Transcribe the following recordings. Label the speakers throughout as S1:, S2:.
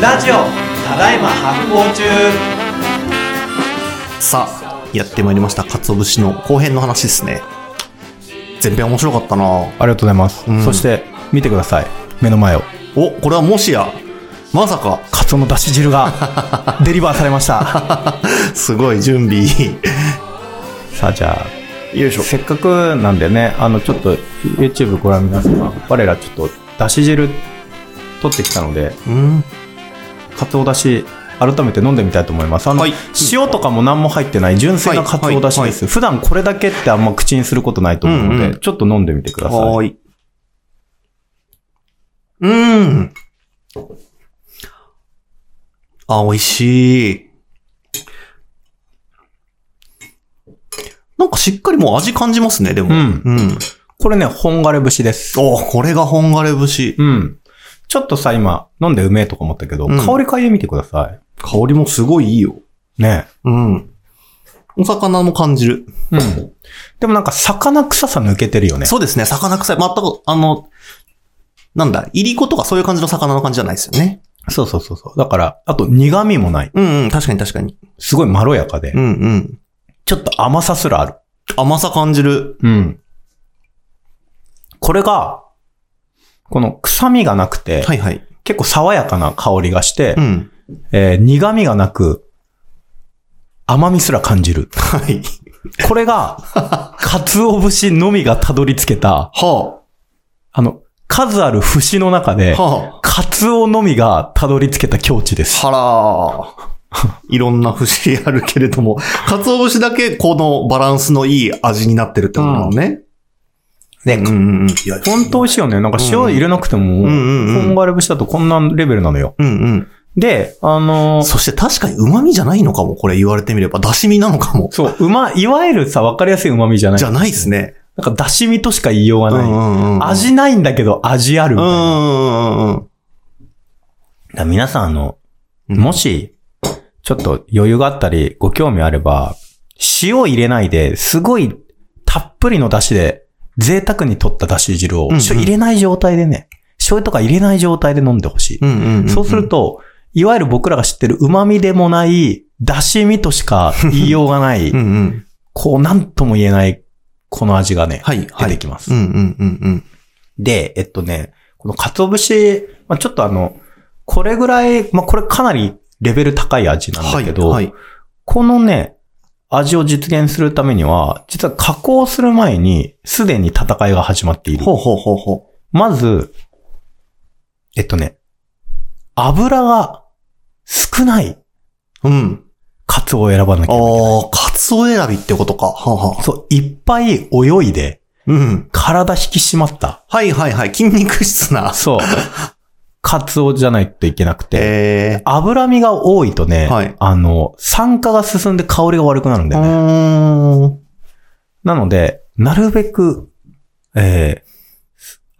S1: ラジオただいま発行中
S2: さあ、やってまいりました。鰹節の後編の話ですね。前編面白かったなお、
S3: ありがとうございます。
S2: うん
S3: そして、見てください。目の前を。
S2: これはもしや、まさか、
S3: カツオのだし汁がデリバーされました。
S2: すごい準備。
S3: さあ、じゃ
S2: よい
S3: あ、せっかくなんでね、あの、ちょっと YouTube ご覧皆様、我らちょっとだし汁取ってきたので、
S2: うん。
S3: カツオだし、改めて飲んでみたいと思います。あの、
S2: はい
S3: 塩とかも何も入ってない純粋なカツオだしです。普段これだけってあんま口にすることないと思うので、
S2: うんうん
S3: ちょっと飲んでみてください。
S2: はーい。うーん。あ、美味しい。なんかしっかりもう味感じますね、でも。
S3: うん
S2: うん。
S3: これね、本枯れ節です。
S2: おこれが本枯れ節。
S3: うん。ちょっとさ、今、飲んでうめえとか思ったけど、
S2: うん
S3: 香り嗅いでみてくださ
S2: 香りもすごいいいよ。
S3: い。ね
S2: うん。お魚も感じる。
S3: うん。でもなんか、魚臭さ抜けてるよね。
S2: そうですね、魚臭い。全く、あの、なんだ、いりことかそういう感じの魚の感じじゃないですよね。
S3: そうそうそうそう。だから、あと苦味もない。
S2: うんうん、確かに確かに。
S3: すごいまろやかで、
S2: うんうん。
S3: ちょっと甘さすらある。
S2: 甘さ感じる。
S3: うん。これが、この臭みがなくて、
S2: はいはい。
S3: 結構爽やかな香りがして、
S2: うん。
S3: えー苦味がなく、甘みすら感じる。
S2: はい。
S3: これが、 鰹節のみがたどり着けた、
S2: は
S3: あの、数ある節の中で
S2: あ。、は
S3: 鰹のみがたどり着けた境地です
S2: あ。。はらー。い ろんな節あるけれども、鰹節だけこのバランスのいい味になってるってことだもんね。
S3: ね
S2: うんうんうん。
S3: 本当美味しいよね。なんか塩入れなくても、
S2: うんうんうん
S3: 本枯れ節だとこんなレベルなのよ。
S2: うんうん。
S3: で、あのー
S2: そして確かに旨味じゃないのかも、これ言われてみれば。出し身なのかも。
S3: そう、うま、いわゆるさ、わかりやすい旨味じゃない。
S2: じゃないですね。
S3: なんか、出し身としか言いようがない。
S2: んう
S3: 味ないんだけど、味ある
S2: う
S3: み
S2: ん
S3: たいな。
S2: うんうんうん。
S3: だから皆さん、あの、
S2: うん
S3: もし、ちょっと余裕があったり、ご興味あれば、塩入れないで、すごい、たっぷりの出汁で、贅沢に取った出汁汁を、
S2: んうん
S3: 塩入れない状態でね、醤油とか入れない状態で飲んでほしい。
S2: うんうんうん
S3: そうすると、いわゆる僕らが知ってる旨味でもない、出し味としか言いようがない、
S2: うんうん。
S3: こうなんとも言えない、この味がね、
S2: はい、は
S3: 出
S2: い。
S3: てきます。
S2: うんうんうんうん。
S3: で、えっとね、この鰹節、まあ、ちょっとあの、これぐらい、まあ、これかなりレベル高い味なんだけど、
S2: はい、はい。
S3: このね、味を実現するためには、実は加工する前に、すでに戦いが始まっている。
S2: ほうほうほうほ
S3: まず、えっとね、油が少ない。
S2: う。うん。
S3: カツオを選ばなきゃいけない。
S2: ああ、カツオ選びってことか。はあはあ。
S3: そう、いっぱい泳いで、
S2: うん。
S3: 体引き締まった。
S2: はいはいはい。筋肉質な。
S3: そう。カツオじゃないといけなくて。
S2: ええ
S3: 脂身が多いとね、
S2: はい
S3: あの、酸化が進んで香りが悪くなるんだ
S2: ー。
S3: よ
S2: う
S3: ね。
S2: ーん。
S3: なので、なるべく、えー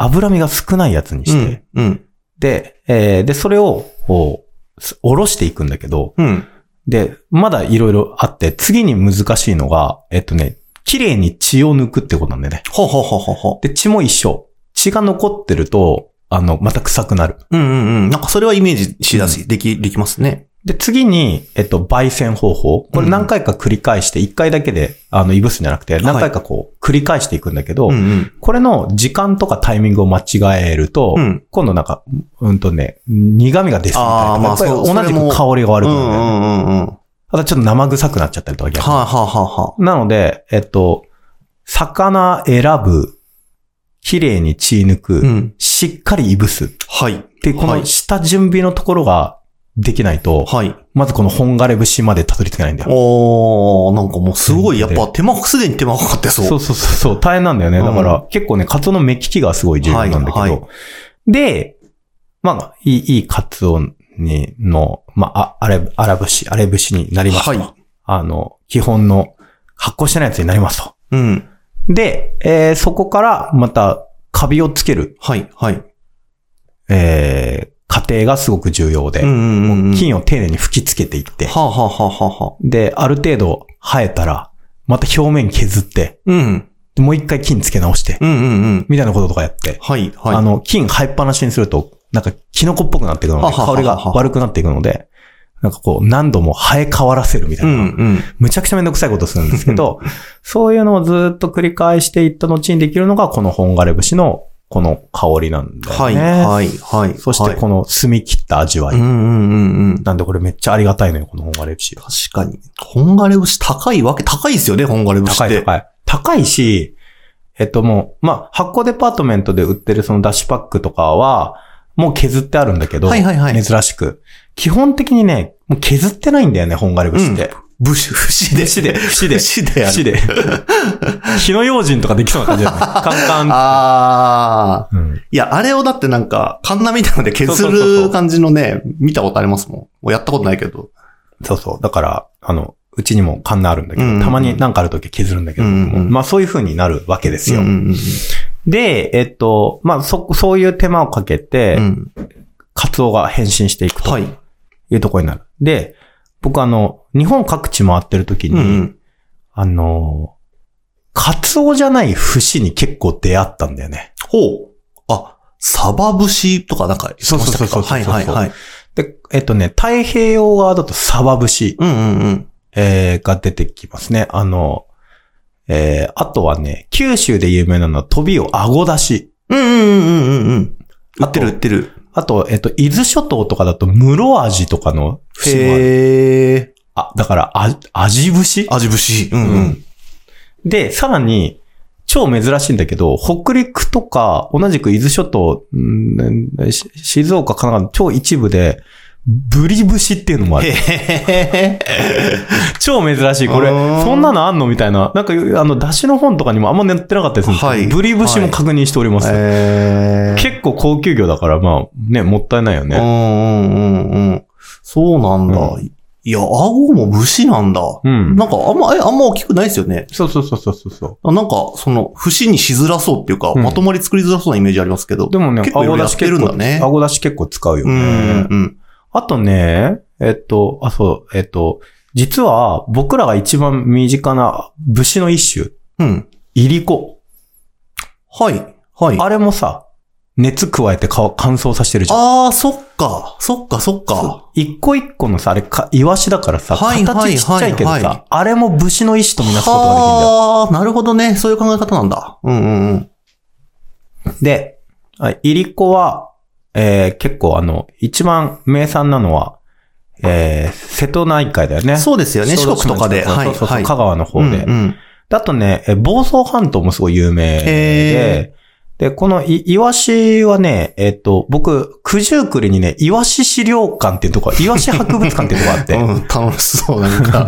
S3: 脂身が少ないやつに
S2: う
S3: して、
S2: ん。うん。
S3: で、えーで、それを、こう、すおろしていくんだけど、
S2: うん。
S3: で、まだいろいろあって、次に難しいのが、えっとね、綺麗に血を抜くってことなんだよね。
S2: ほうほうほうほうほ
S3: で、血も一緒。血が残ってると、あの、また臭くなる。
S2: う。うんうんうん。なんかそれはイメージしだし、でき、できますね。
S3: で、次に、えっと、焙煎方法。これ何回か繰り返して、1回だけで、あの、いぶすんじゃなくて、何回かこう、繰り返していくんだけど、
S2: うん
S3: これの時間とかタイミングを間違えると、
S2: うん。うん。
S3: 今度なんか、うんとね、苦味が出すみたい
S2: あー
S3: な。
S2: まあ
S3: やっぱり
S2: そう
S3: 同じ
S2: それも
S3: く香りが悪
S2: う
S3: く
S2: んう
S3: なるんだよね、
S2: んうんうん。は
S3: あとちょっと生臭くなっちゃったりとか
S2: あ
S3: 逆に
S2: はあはあはあ。
S3: なので、えっと、魚選ぶ、綺麗に血抜く、
S2: うん。
S3: しっかりいぶす。
S2: はい。
S3: で、こ
S2: は
S3: の
S2: い
S3: 下準備のところができないと、
S2: はい。
S3: まずこの本枯れ節までたどり着けないんだよ。
S2: おー、なんかもうすごい、やっぱ手間、すでに手間かかってそう。
S3: そうそうそうそう、大変なんだよね。
S2: うん
S3: だから、結構ね、カツオの目利きがすごい重要なんだけど。
S2: はいは
S3: で、まあ、いい、いいカツオに、の、まあ、ああれ、あら節、あれ節になりますと。
S2: はい
S3: あの、基本の発酵してないやつになりますと。
S2: うん。
S3: で、えーそこからまたカビをつける、
S2: はい、はい。
S3: えー、過程がすごく重要で、
S2: んうんは
S3: 菌を丁寧に吹きつけていって、
S2: あ、はあはあはあはあ、
S3: で、ある程度生えたら、また表面削って、
S2: うん。
S3: でもう一回菌つけ直して、
S2: うんうんうん。
S3: みたいなこととかやって、
S2: はい、はい。
S3: あの、菌生えっぱなしにすると、なんか、キノコっぽくなっていくの
S2: あ
S3: で、
S2: ははは
S3: 香りが悪くなっていくので、なんかこう、何度も生え変わらせるみた
S2: う
S3: いな。
S2: ん、うん。
S3: むちゃくちゃめんどくさいことするんです けど、そういうのをずっと繰り返していった後にできるのが、この本枯節の、この香りなんだよ
S2: はい、
S3: ね。
S2: はい、はい。
S3: そして、
S2: はい
S3: この澄み切った味わい。
S2: うん、うん、うん、うん。
S3: なんで、これめっちゃありがたいのよ、この本枯節。
S2: 確かに。本枯れ節高いわけ、高いですよね、本枯れ節
S3: 高
S2: っ
S3: い
S2: て。
S3: 高い。高いし、えっともう、まあ、発酵デパートメントで売ってるそのダッシュパックとかは、もう削ってあるんだけど、
S2: はいはいはい
S3: 珍しく。基本的にね、もう削ってないんだよね、本枯節って。
S2: ぶし、節で。
S3: 節で節で
S2: 節でや
S3: 節
S2: る。
S3: で。火の用心とかできそうな感じだ よね。カンカン。
S2: ああ。
S3: うん、
S2: いや、あれをだってなんか、カンナみたいなので削
S3: そうそうそうそ
S2: る
S3: う
S2: 感じのね、見たことありますもん。もうやったことないけど。
S3: そうそう。だから、あの、うちにもカンナあるんだけど、
S2: うんうんうん
S3: たまになんかあるとき削るんだけど、
S2: うんうん
S3: まあそういう風になるわけですよ。
S2: うんうん
S3: で、えっと、まあそ、そういう手間をかけて、
S2: うんうん。
S3: カツオが変身していくと。
S2: はい。
S3: いうところになる。で、僕あの、日本各地回ってる時に、
S2: うん
S3: あの、カツオじゃない節に結構出会ったんだよね。
S2: ほう。あ、サバ節とかなんか言ってましたっけ
S3: そうそうそうそう
S2: はいはいはい。
S3: で、えっとね、太平洋側だとサバ節、
S2: うんうんうん。
S3: えーが出てきますね。あの、えーあとはね、九州で有名なのはトビを顎出し。
S2: うんうんうんうんうんうん。売ってる売ってる。
S3: あと、えっと、伊豆諸島とかだと室味とかの節もある。
S2: へえ。
S3: あ、だから、あ、味節
S2: 味節。うんうん。
S3: で、さらに、超珍しいんだけど、北陸とか、同じく伊豆諸島、うんし静岡、神奈川の超一部で、ブリ節っていうのもあ
S2: へ
S3: る。
S2: へ
S3: 超珍しい。これ、
S2: うーん
S3: そんなのあんのみたいな。なんか、あの、出汁の本とかにもあんま載ってなかったりするんですけど、
S2: はい
S3: ブリ節も確認しております。
S2: へ。
S3: 結構高級魚だから、まあ、ね、もったいないよ
S2: う
S3: ね。
S2: んうんうんうん。そうなんだ。
S3: う
S2: いや、顎も節なんだ。
S3: うん。
S2: なんかあんま、え、あんま大きくないですよね。
S3: そうそうそうそうそうそ
S2: なんか、その、節にしづらそうっていうか、
S3: うん
S2: まとまり作りづらそうなイメージありますけど。
S3: う。でもね、
S2: 結構いろいろやってるんだね
S3: 結構顎出し結構使うよ
S2: う
S3: ね。
S2: んうん
S3: あとね、えっと、あ、そう、えっと、実は僕らが一番身近な武士の一種、
S2: うん。うん。
S3: いりこ。
S2: はい。はい。
S3: あれもさ、熱加えてか乾燥させてるじゃん。
S2: あー、そっか。そっか、そっか。
S3: 一個一個のさ、あれか、イワシだからさ、
S2: はいはいはいはい
S3: 形ちっちゃいけどさ、あれも武士の一種とみなすことができるんだよ。
S2: はーなるほどね。そういう考え方なんだ。うんうんうん。
S3: で、あいりこは、えー、結構あの、一番名産なのは、えー、瀬戸内海だよね。
S2: そうですよね。四国とかで。
S3: そうそう
S2: は
S3: そ
S2: い。
S3: うそう
S2: はい。
S3: 香川の方で。
S2: うんうん
S3: であとね、え房総半島もすごい有名
S2: へ
S3: で、で、このい、イワシはね、えっ、と、僕、九十九里にね、イワシ資料館っていうとこ、イワシ博物館っていうとこがあって、
S2: うん、楽しそう。なん か、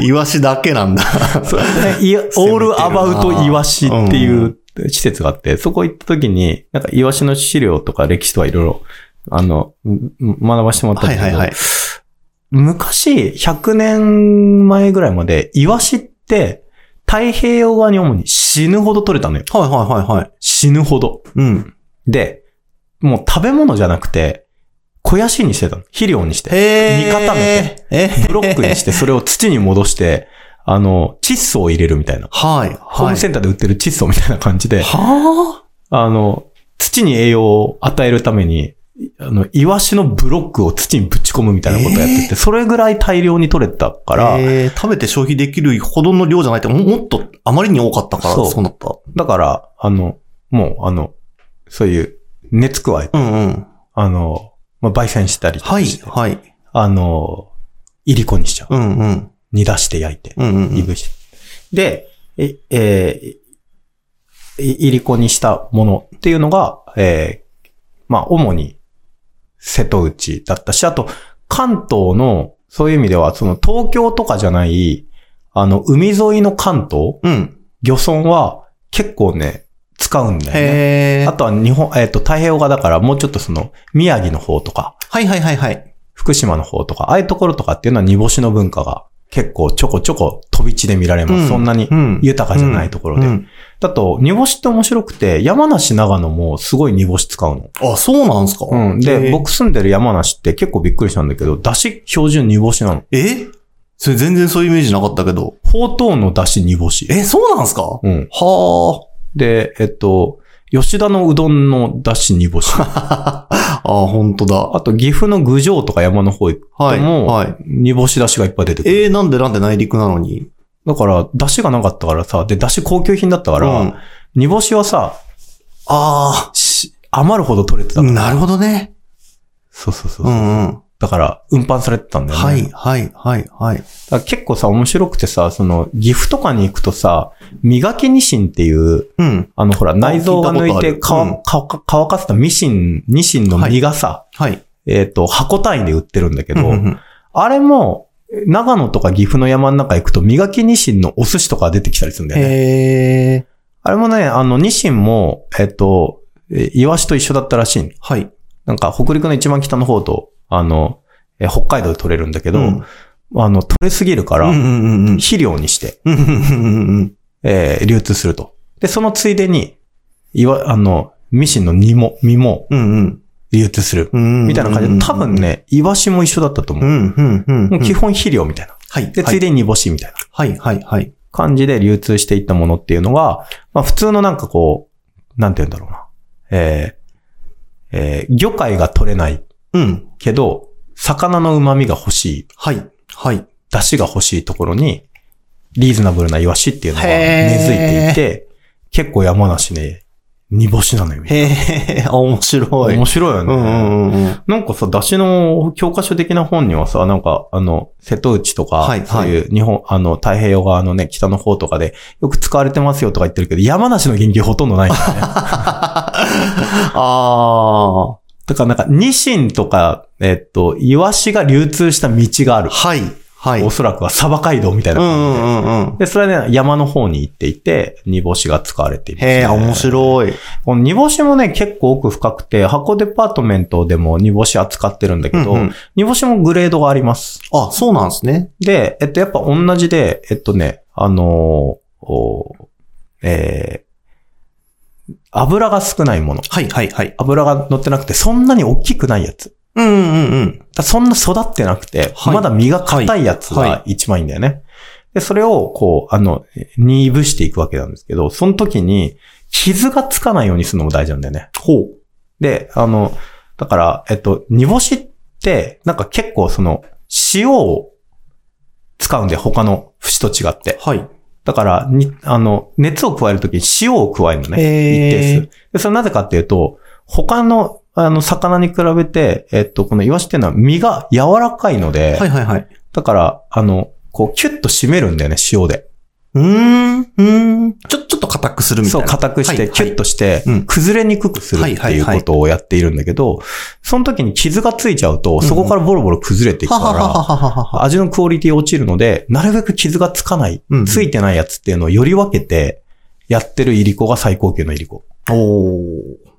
S2: イワシだけなんだ。
S3: そうねイワオールアバウトイワシっていう施設があって、そこ行った時に、なんかイワシの資料とか歴史とかいろいろ、あの、うん学ばしてもらったん
S2: は
S3: だ
S2: い
S3: けど、
S2: はいはい。
S3: 昔、100年前ぐらいまで、イワシって、太平洋側に主に死ぬほど取れたのよ。
S2: はいはいはいはい。
S3: 死ぬほど。
S2: うん。
S3: で、もう食べ物じゃなくて、肥やしにしてたの。肥料にして。
S2: へ
S3: 煮固め
S2: て。え
S3: ブロックにして、それを土に戻して、あの、窒素を入れるみたいな。
S2: はい。
S3: ホー
S2: は
S3: ム
S2: い。
S3: センターで売ってる窒素みたいな感じで、
S2: は
S3: あの、土に栄養を与えるために、あの、イワシのブロックを土にぶち込むみたいなことをやってて、
S2: え
S3: それぐらい大量に取れたか
S2: あ
S3: ら、
S2: えー食べて消費できるほどの量じゃないって、ももっとあまりに多かったから、
S3: そう
S2: そうなった。
S3: だから、あの、もう、あの、そういう、熱加えて、
S2: うんうん。
S3: あの、まあ、焙煎したりと
S2: は
S3: か
S2: い
S3: して、
S2: はい。
S3: あの、いりこにしちゃう。
S2: うんうん。
S3: 煮出して焼いて。
S2: うんうんう
S3: い
S2: ん。
S3: ぶし。で、え、えーいいりこにしたものっていうのが、えーまあ、主に瀬戸内だったし、あと、関東の、そういう意味では、その東京とかじゃない、あの、海沿いの関東、
S2: うん。
S3: 漁村は結構ね、使うんだよね。
S2: へえ。
S3: あとは日本、えっ、と、太平洋側だから、もうちょっとその、宮城の方とか、
S2: はいはいはいはい。
S3: 福島の方とか、ああいうところとかっていうのは煮干しの文化が結構ちょこちょこ飛び地で見られます。
S2: う
S3: そんなに
S2: うん
S3: 豊かじゃないところで。
S2: うん
S3: だと、煮干しって面白くて、山梨長野もすごい煮干し使うの。
S2: あ、そうなんすか
S3: うん。
S2: え
S3: で、
S2: ー
S3: 僕住んでる山梨って結構びっくりしたんだけど、出汁標準煮干しなの。
S2: えそれ全然そういうイメージなかったけど。
S3: ほうとうの出汁煮干し。
S2: え、そうなんすか
S3: うん。
S2: は
S3: で、えっと、吉田のうどんのだし煮 干し。
S2: ああ、本当だ。
S3: あと、岐阜の郡上とか山の方行くと
S2: はい。
S3: も、
S2: はい。
S3: 煮干しだしがいっぱい出てくる。
S2: えー、なんでなんで内陸なのに
S3: だから、だしがなかったからさ、で、だし高級品だったか
S2: あ
S3: ら、
S2: うん、
S3: 煮干しはさ、
S2: あ
S3: し余るほど取れてた
S2: あ、
S3: の。
S2: なるほどね。
S3: そうそうそう。
S2: うんうん。
S3: だから、運搬されてたんだよね。
S2: はい、はい、はい、はい。
S3: だから結構さ、面白くてさ、その、岐阜とかに行くとさ、磨きニシンっていう、
S2: うん。
S3: あの、ほら、内臓が抜い
S2: 聞
S3: て
S2: いたことある
S3: 乾乾か乾かせたミシン、ニシンの身がさ、
S2: はい。
S3: えっ、と、箱単位で売ってるんだけ
S2: うん
S3: ど、
S2: うんうん
S3: あれも、長野とか岐阜の山の中行くと、磨きニシンのお寿司とか出てきたりするんだよね。
S2: へえ。
S3: あれもね、あの、ニシンも、えっ、と、えイワシと一緒だったらしい。
S2: はい。
S3: なんか、北陸の一番北の方と、あの、え北海道で取れるんだけど、
S2: うん
S3: あの、取れすぎるから、
S2: うんうんうんうん。
S3: 肥料にして、
S2: うんうんうんうん
S3: えー流通すると。で、そのついでに、いわ、あの、ミシンの身も、身も
S2: うんうん
S3: 流通する。
S2: うん。
S3: みたいな感じで、多分。ね、イワシも一緒だったと思
S2: う
S3: う。
S2: んうんうんう
S3: も
S2: ん。
S3: う基本肥料みたいな。
S2: はい。
S3: で、ついでに煮干しみたいな
S2: はい、はい、はい。
S3: 感じで流通していったものっていうのが、まあ普通のなんかこう、なんて言うんだろうな。えーえー魚介が取れない
S2: うん。
S3: けど、魚の旨味が欲しい、
S2: はい、はい。
S3: 出汁が欲しいところに、リーズナブルなイワシっていうのが
S2: へー
S3: 根付いていて、結構山梨ね、煮干しなのよ。
S2: へえ、あ面白い。
S3: 面白いよ
S2: う
S3: ね。
S2: んうんうんうん。
S3: なんかさ、出汁の教科書的な本にはさ、なんか、あの、瀬戸内とか、
S2: はい
S3: そういう日本、あの、太平洋側のね、北の方とかで、よく使われてますよとか言ってるけど、山梨の原型ほとん どないんだよね。
S2: ああ。
S3: だからなんか、ニシンとか、えっと、イワシが流通した道がある。
S2: はい、はい。
S3: おそらくはサバ街道みたいな
S2: う
S3: 感じで。
S2: んうんうんうん。
S3: で、それはね、山の方に行っていて、煮干しが使われています、
S2: へえ、面白い。
S3: この煮干しもね、結構奥深くて、箱デパートメントでも煮干し扱ってるんだけど、
S2: うんうん
S3: 煮干しもグレードがあります。
S2: あ、そうなんですね。
S3: で、えっと、やっぱ同じで、えっとね、あのーおーえー油が少ないもの。
S2: はい、はい、はい。
S3: 油が乗ってなくて、そんなに大きくないやつ。
S2: うんうんうん。
S3: だそんな育ってなくて、
S2: はい
S3: まだ身が硬いやつ
S2: はいは
S3: が一番いいんだよね。で、それを、こう、あの、煮ぶしていくわけなんですけど、その時に、傷がつかないようにするのも大事なんだよね。
S2: ほう。
S3: で、あの、だから、えっと、煮干しって、なんか結構その、塩を使うんで、他の節と違って。
S2: はい。
S3: だから、に、あの、熱を加えるときに塩を加えるのね。一定
S2: へー
S3: 数。で、それなぜかっていうと、他の、あの、魚に比べて、えっと、このイワシっていうのは身が柔らかいので、
S2: はい、はい、はい。
S3: だから、あの、こう、キュッと締めるんだよね、塩で。
S2: うーん、うーん。ちょ、ちょっと硬くするみた
S3: そ、
S2: いうな。
S3: 硬くし
S2: は
S3: て、
S2: い
S3: キュッとして
S2: うん、
S3: 崩れにくくするっ
S2: は
S3: て
S2: い
S3: い
S2: は
S3: う
S2: いはい
S3: ことをやっているんだけど、その時に傷がついちゃうと、そこからボロボロ崩れていく
S2: ははは
S3: か
S2: ははは
S3: ら、
S2: は。
S3: 味のクオリティ落ちるので、なるべく傷がつかない
S2: うん、
S3: ついてないやつっていうのをより分けて、やってるいりこが最高級のいりこ。
S2: おー。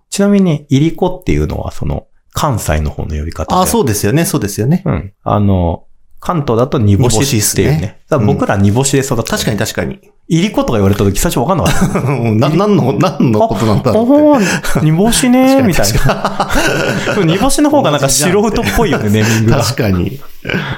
S3: ちなみに、いりこっていうのは、その、関西の方の呼び方で。
S2: あ、そうですよね、そうですよね。
S3: うん。あの、関東だと煮干しっていう
S2: 煮干しっす
S3: ね。だから僕ら煮干しで育った。
S2: 確かに確かに。
S3: いりことか言われた時最初わかんなかった。
S2: うん な、なんの、なんのこと なんだろうって。
S3: おー煮干しね、みたい
S2: 確
S3: な。でも煮干しの方がなんか素人っぽいよね、ネーミン グ が。
S2: 確かに。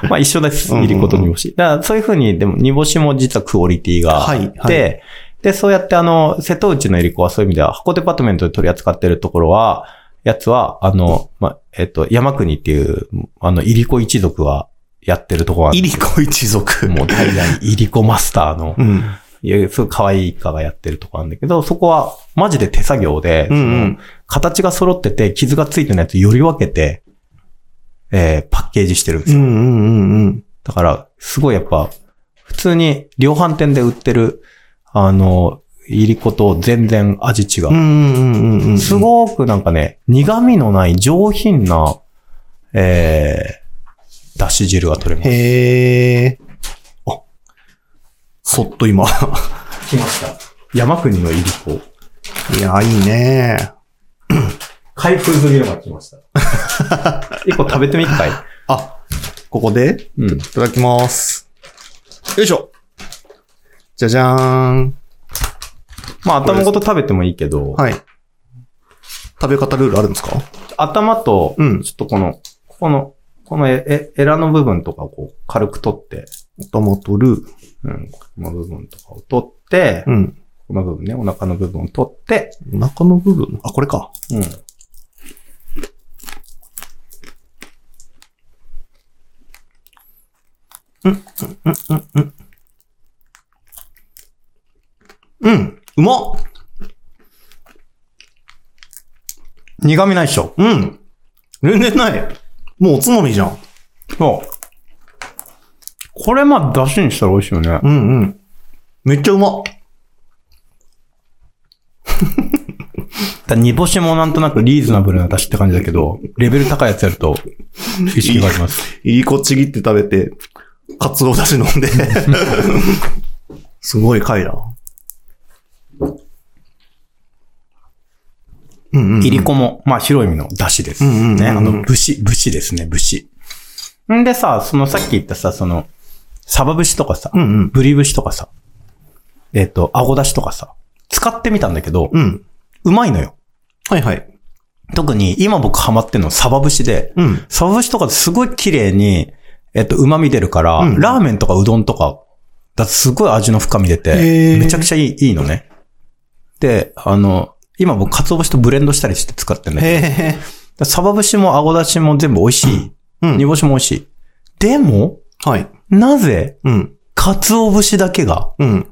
S3: まあ一緒です。
S2: うんうん
S3: い
S2: うん
S3: りこと煮干し。だからそういうふうに、でも煮干しも実はクオリティがあって、
S2: はいはい
S3: で、そうやってあの、瀬戸内のいりこはそういう意味では、箱デパートメントで取り扱ってるところは、やつは、あの、まあ、えっと、山国っていう、あの、いりこ一族がやってるところは、
S2: イリコ一族。
S3: もう代々いりこマスターの
S2: う、ん。
S3: いや、すごい可愛い一家がやってるとこなんだけど、そこはマジで手作業で、
S2: うんうん
S3: その形が揃ってて、傷がついてないやつより分けて、えーパッケージしてるんです
S2: うんう
S3: よ。
S2: んうんうん。
S3: だから、すごいやっぱ、普通に量販店で売ってる、あの、いりこと全然味違
S2: う
S3: う。
S2: んうんうんうんうん。
S3: すごくなんかね、苦味のない上品な、えー、だし汁が取れます。
S2: へえ。あ、そっと今。
S3: 来ました。山国のいりこ。
S2: いや、いいね。
S3: 開封済みのが来ました。 一個食べてみっかい。
S2: あ、ここで
S3: うん。
S2: いただきます。よいしょ。じゃじゃーん。
S3: まあ、頭ごと食べてもいいけど、
S2: はい。食べ方ルールあるんですか
S3: 頭と、
S2: うん
S3: ちょっとこの、ここの、このえ、え、エラの部分とかをこう、軽く取って、
S2: 頭とルー。
S3: うん、この部分とかを取って、
S2: うん。
S3: この部分ね、お腹の部分を取って、
S2: お腹の部分あ、これか。
S3: うん。
S2: うん。うまっ
S3: 苦味ないっしょ。
S2: うん。全然ない。もうおつまみじゃん。
S3: そう。これまあ、出汁にしたら美味しいよね。
S2: うんうん。めっちゃうまっ。
S3: だ煮干しもなんとなくリーズナブルな出汁って感じだけど、レベル高いやつやると、意識があります。
S2: いりこちぎって食べて、カツオだし飲んで。 すごい回だ。うんうん、うん。
S3: いりこも、まあ、広い意味の出汁です。
S2: うんうんうんうん
S3: ね。あの、武士、武士ですね、武士。んでさ、そのさっき言ったさ、その、サバ節とかさ、
S2: うんうん。
S3: ブリ節とかさ、えっ、と、顎出汁とかさ、使ってみたんだけど、
S2: うん。
S3: うまいのよ。
S2: はいはい。
S3: 特に、今僕ハマってんのサバ節で、
S2: うん。
S3: サバ節とかすごい綺麗に、えっと、旨味出るから、
S2: うん
S3: ラーメンとかうどんとか、だとすごい味の深み出
S2: へ
S3: て
S2: ー、
S3: めちゃくちゃいいいいのね。で、あの、今僕、鰹節とブレンドしたりして使ってね。
S2: へえ。
S3: だサバ節も顎だしも全部美味しい。
S2: うん
S3: 煮干しも美味しい。でも、
S2: はい。
S3: なぜ、
S2: うん。
S3: 鰹節だけが
S2: うん。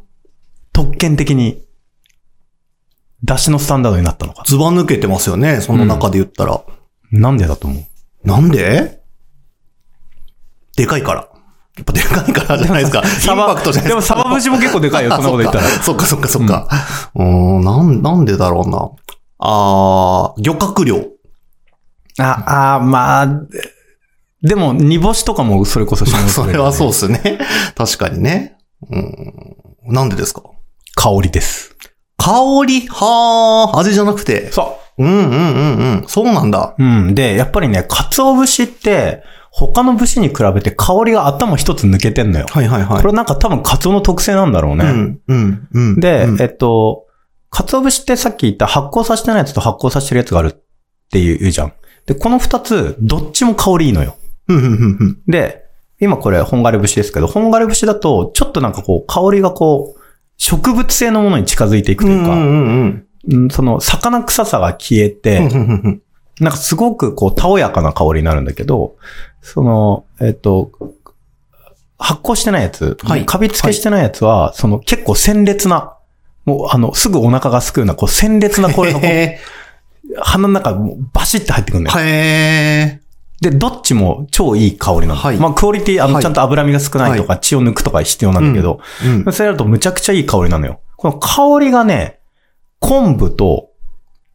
S3: 特権的に、出汁のスタンダードになったのか。
S2: ずば抜けてますよね。その中で言ったら。
S3: なんでだと思う
S2: なんででかいから。やっぱでかいからじゃないですか。インパクトじゃない
S3: で
S2: で
S3: も
S2: すか。
S3: サバ節も結構でかいよ、そんなこと言ったら。
S2: そっかそっかそっか。うーん、なん、なんでだろうな。あー、漁獲量。
S3: あ、あーまあ、でも、煮干しとかもそれこそします
S2: それはそうっすね。 確かにね。うん。なんでですか
S3: 香りです。
S2: 香りはー、味じゃなくて。
S3: そ
S2: うんうんうんうん。そうなんだ。
S3: う。うん。で、やっぱりね、鰹節って、他の節に比べて香りが頭一つ抜けてんのよ。
S2: はいはいは
S3: これなんか多分鰹の特性なんだろう
S2: う
S3: ね。
S2: ん、うん、うん。
S3: で、
S2: うん
S3: えっと、鰹節ってさっき言った発酵させてないやつと発酵させてるやつがあるっていう言うじゃん。で、この二つ、どっちも香りいいのよ。
S2: うん、うん、うんうん。
S3: で、今これ本枯節ですけど、本枯節だと、ちょっとなんかこう、香りがこう、植物性のものに近づいていくと
S2: う
S3: いうか、
S2: ん、うん、うん。
S3: うんその、魚臭さが消えて、
S2: うん、うん、うん。
S3: なんかすごくこう、たおやかな香りになるんだけど、その、えっと、発酵してないやつ、
S2: はい
S3: カビ付けしてないやつは、その結構鮮烈な、もうあの、すぐお腹がすくような、こう、鮮烈な香りが こう
S2: へ
S3: 鼻の中、バシッて入ってくるんだよ
S2: ー。へ
S3: で、どっちも超いい香りなの。
S2: はい
S3: まあ、クオリティ、あの、
S2: はい
S3: ちゃんと脂身が少ないとか、血を抜くとか必要なんだけど、
S2: ー。うん。
S3: それだとむちゃくちゃいい香りなのよ。この香りがね、昆布と、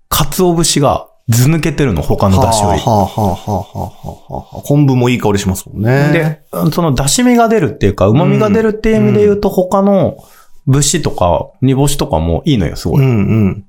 S3: 鰹節がず抜けてるの、他の出汁より。
S2: はあはあはあはあはあはあはあ。昆布もいい香りしますもんね。
S3: で、その出汁味が出るっていうか、旨味が出るっていう意味で言うと、他の節とか、煮干しとかもいいのよ、すご
S2: う
S3: い。
S2: んうん。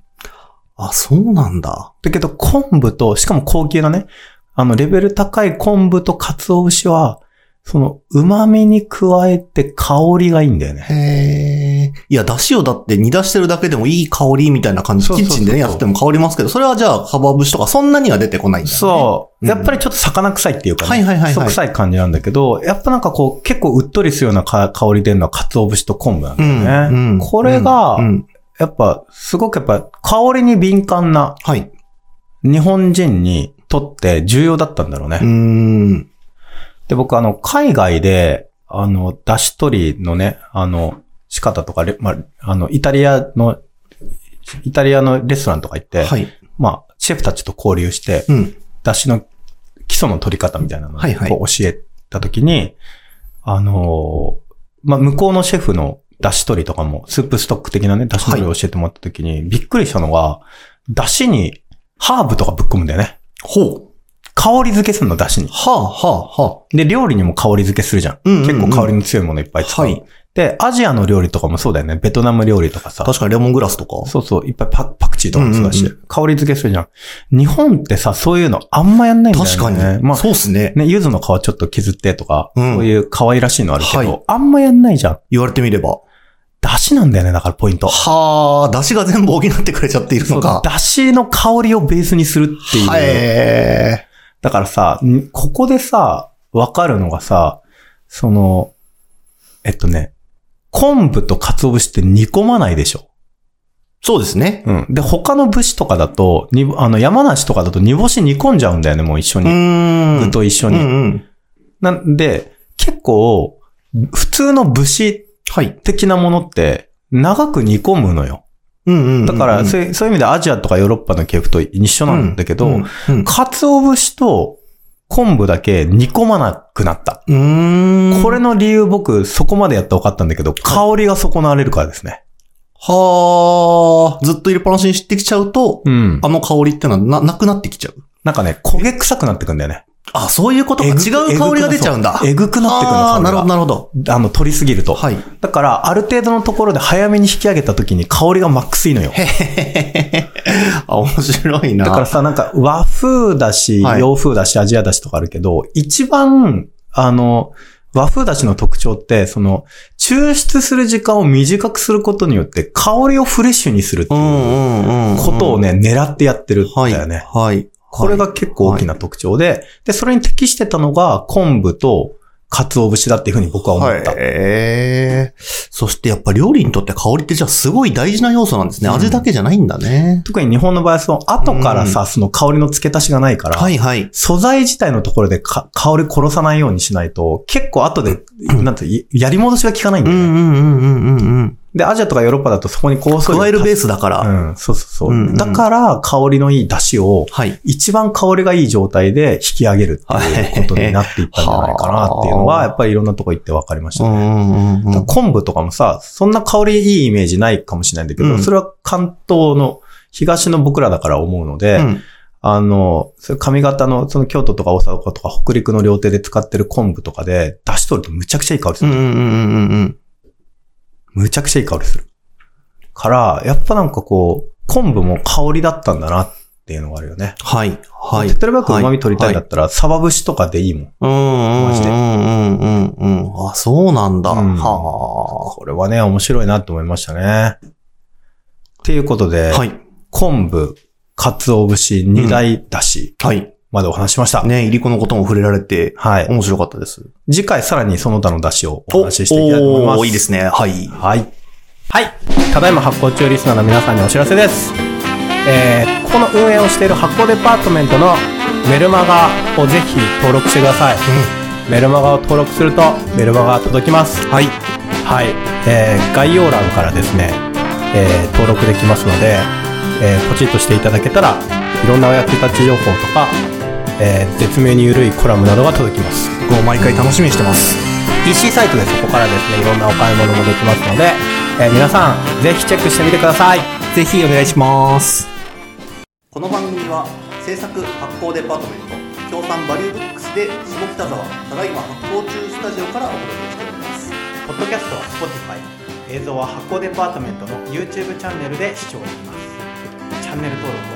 S2: あ、そうなんだ。
S3: だけど、昆布と、しかも高級なね、あの、レベル高い昆布と鰹節は、その、旨味に加えて香りがいいんだよね。
S2: へえ。いや、出汁をだって煮出してるだけでもいい香りみたいな感じ。
S3: そう
S2: キ
S3: そ
S2: ッ
S3: うそ
S2: チ
S3: う
S2: ンでね、やっても香りますけど、それはじゃあ、カバ節とかそんなには出てこないんだ、ね。
S3: そ
S2: う
S3: う。
S2: ん
S3: やっぱりちょっと魚臭いっていうか、ね、
S2: はいはいはいはい
S3: そう臭い感じなんだけど、やっぱなんかこう、結構うっとりするようなか香り出るのは鰹節と昆布なんだ
S2: ん。
S3: よね。
S2: うん。
S3: これが、
S2: うんうん
S3: やっぱ、すごくやっぱ、香りに敏感な
S2: はい。
S3: 日本人にとって重要だったんだろうね。
S2: うーん。
S3: で、僕あの、海外で、あの、出し取りのね、あの、仕方とかレ、まあ、あの、イタリアの、イタリアのレストランとか行って、
S2: はい。
S3: まあ、シェフたちと交流して、
S2: うん。
S3: 出汁の基礎の取り方みたいなのを
S2: はいはい
S3: こう教えたときに、あのーまあ、向こうのシェフの出汁取りとかも、スープストック的なね、出汁取りを教えてもらったときに、びっくりしたのが、出汁にハーブとかぶっ込むんだよね。
S2: ほう。
S3: 香り付けするの、出汁に。
S2: はあ、はあ、は
S3: で、料理にも香り付けするじゃん。
S2: うんうんうん
S3: 結構香りの強いものいっぱい使う。
S2: はい
S3: で、アジアの料理とかもそうだよね。ベトナム料理とかさ
S2: あ。。確かにレモングラスとか。
S3: そうそう、いっぱいパパクチーとかもそうだし、
S2: うんう
S3: 香り付けするじゃん。日本ってさ、そういうのあんまやんないんだよね。
S2: 確かに。
S3: まあ、
S2: そうっすね。
S3: ね、柚子の皮ちょっと削ってとか、
S2: うん
S3: そういう可愛らしいのあるけど、
S2: はい
S3: あんまやんないじゃん。
S2: 言われてみれば。
S3: 出汁なんだよね、だからポイント。
S2: はあ、出汁が全部補ってくれちゃっているのか。
S3: 出汁の香りをベースにするっていう。
S2: はい。
S3: だからさ、んここでさ、わかるのがさ、その、えっとね、昆布と鰹節って煮込まないでしょ。
S2: そうですね。
S3: うん。で、他の武士とかだと、にあの、山梨とかだと煮干し煮込んじゃうんだよね、もう一緒
S2: うー
S3: に。
S2: ん。
S3: 具と一緒
S2: うん
S3: に。
S2: うん。
S3: なんで、結構、普通の武士
S2: はい。
S3: 的なものって、長く煮込むのよ。
S2: うんうんうんうん。
S3: だから、そういうそういう意味でアジアとかヨーロッパの系譜と一緒なんだけど、
S2: うんうん
S3: 鰹節と昆布だけ煮込まなくなった。
S2: うん。うーん
S3: これ、の理由僕そこまでやったら分かったんだけど、香りが損なわれるからですね。
S2: はー、ずっと入れっぱなしにしてきちゃうと、
S3: うん。
S2: あの香りってのはな、なくなってきちゃう。
S3: なんかね、焦げ臭くなってくんだよね。
S2: あ、そういうことか。
S3: え
S2: 違
S3: ぐ
S2: う香りが出ちゃうんだ。
S3: えぐくなってくるの
S2: あ
S3: 香
S2: ー
S3: り
S2: なるほ
S3: が
S2: ど、なるほど。
S3: あの、取りすぎると。
S2: はい。
S3: だから、ある程度のところで早めに引き上げた時に香りがマックスいいのよ。
S2: あ、面白いな。
S3: だからさ、なんか和風だし、
S2: はい
S3: 洋風だし、アジアだしとかあるけど、一番、あの、和風だしの特徴って、その、抽出する時間を短くすることによって、香りをフレッシュにするって
S2: う
S3: いうん
S2: うんうん。
S3: ことをね、狙ってやってるん
S2: は
S3: だ
S2: い。
S3: よね。
S2: はい。
S3: これが結構大きな特徴で、で、それに適してたのが、昆布と、鰹節だっていうふうに僕は思った。
S2: ええそしてやっぱ料理にとって香りってじゃあすごい大事な要素なんですね。
S3: うん
S2: 味だけじゃないんだね。
S3: 特に日本の場合は、その後からさ、その香りの付け足しがないから、
S2: はいはい。
S3: 素材自体のところでか香り殺さないようにしないと、結構後で、なんて、いやり戻しが効かないん
S2: う
S3: だ
S2: ん
S3: よ
S2: うん
S3: ね。
S2: うんうんうんうん。
S3: で、アジアとかヨーロッパだとそこに香草料
S2: 加えるベー
S3: ス。
S2: スだから。
S3: うん、そうそうそう。
S2: うんうん
S3: だから、香りのいい出汁を、
S2: はい。
S3: 一番香りがいい状態で引き上げるっていうことになっていったんじゃないかなっていう
S2: は
S3: のは、
S2: あ
S3: やっぱりいろんなとこ行って分かりまし
S2: う
S3: たね。
S2: んうんうんう
S3: だから
S2: ん。
S3: 昆布とかもさ、そんな香りいいイメージないかもしれないんだけど、
S2: うん
S3: それは関東の東の僕らだから思うので、
S2: うん
S3: あの、それ髪型の、その京都とか大阪とか北陸の料亭で使ってる昆布とかで、出し取るとむちゃくちゃいい香りす
S2: う
S3: る。
S2: んうんうんうんうん。
S3: むちゃくちゃいい香りする。から、やっぱなんかこう、昆布も香りだったんだなっていうのがあるよね。
S2: はい。はい。
S3: 手っ取り早く
S2: はい
S3: 旨味取りたいんだったら、サバ節とかでいいもん。
S2: うんうんうんうんうんうん。あ、そうなんだ。
S3: うん
S2: は
S3: これはね、面白いなと思いましたね。っていうことで、
S2: あ。はい。
S3: 昆布、鰹節、二大だし、
S2: はい。
S3: までお話ししました。
S2: ね、いりこのことも触れられて、
S3: はい。
S2: 面白かったです。
S3: 次回さらにその他のだしをお話ししていきたいと思います。
S2: おーいいですね。はい。
S3: はい。はい。ただいま発行中リスナーの皆さんにお知らせです。えー、ここの運営をしている発行デパートメントのメルマガをぜひ登録してください。メルマガを登録するとメルマガが届きます。はい。はい。えー、概要欄からですね、えー、登録できますので、えー、ポチッとしていただけたら、いろんなお役立ち情報とか、えー、絶妙に緩いコラムなどが届きます。
S2: 僕も毎回楽しみにしてます。
S3: PC サイトでそこからですねいろんなお買い物もできますので、えー皆さんぜひチェックしてみてください
S2: ぜひお願いします。この番組は制作発行デパートメント協賛バリューブックスで下北沢ただいま発行中スタジオからお届けしております。
S3: ポッドキャストは Spotify 映像は発行デパートメントの YouTube チャンネルで視聴できますチャンネル登録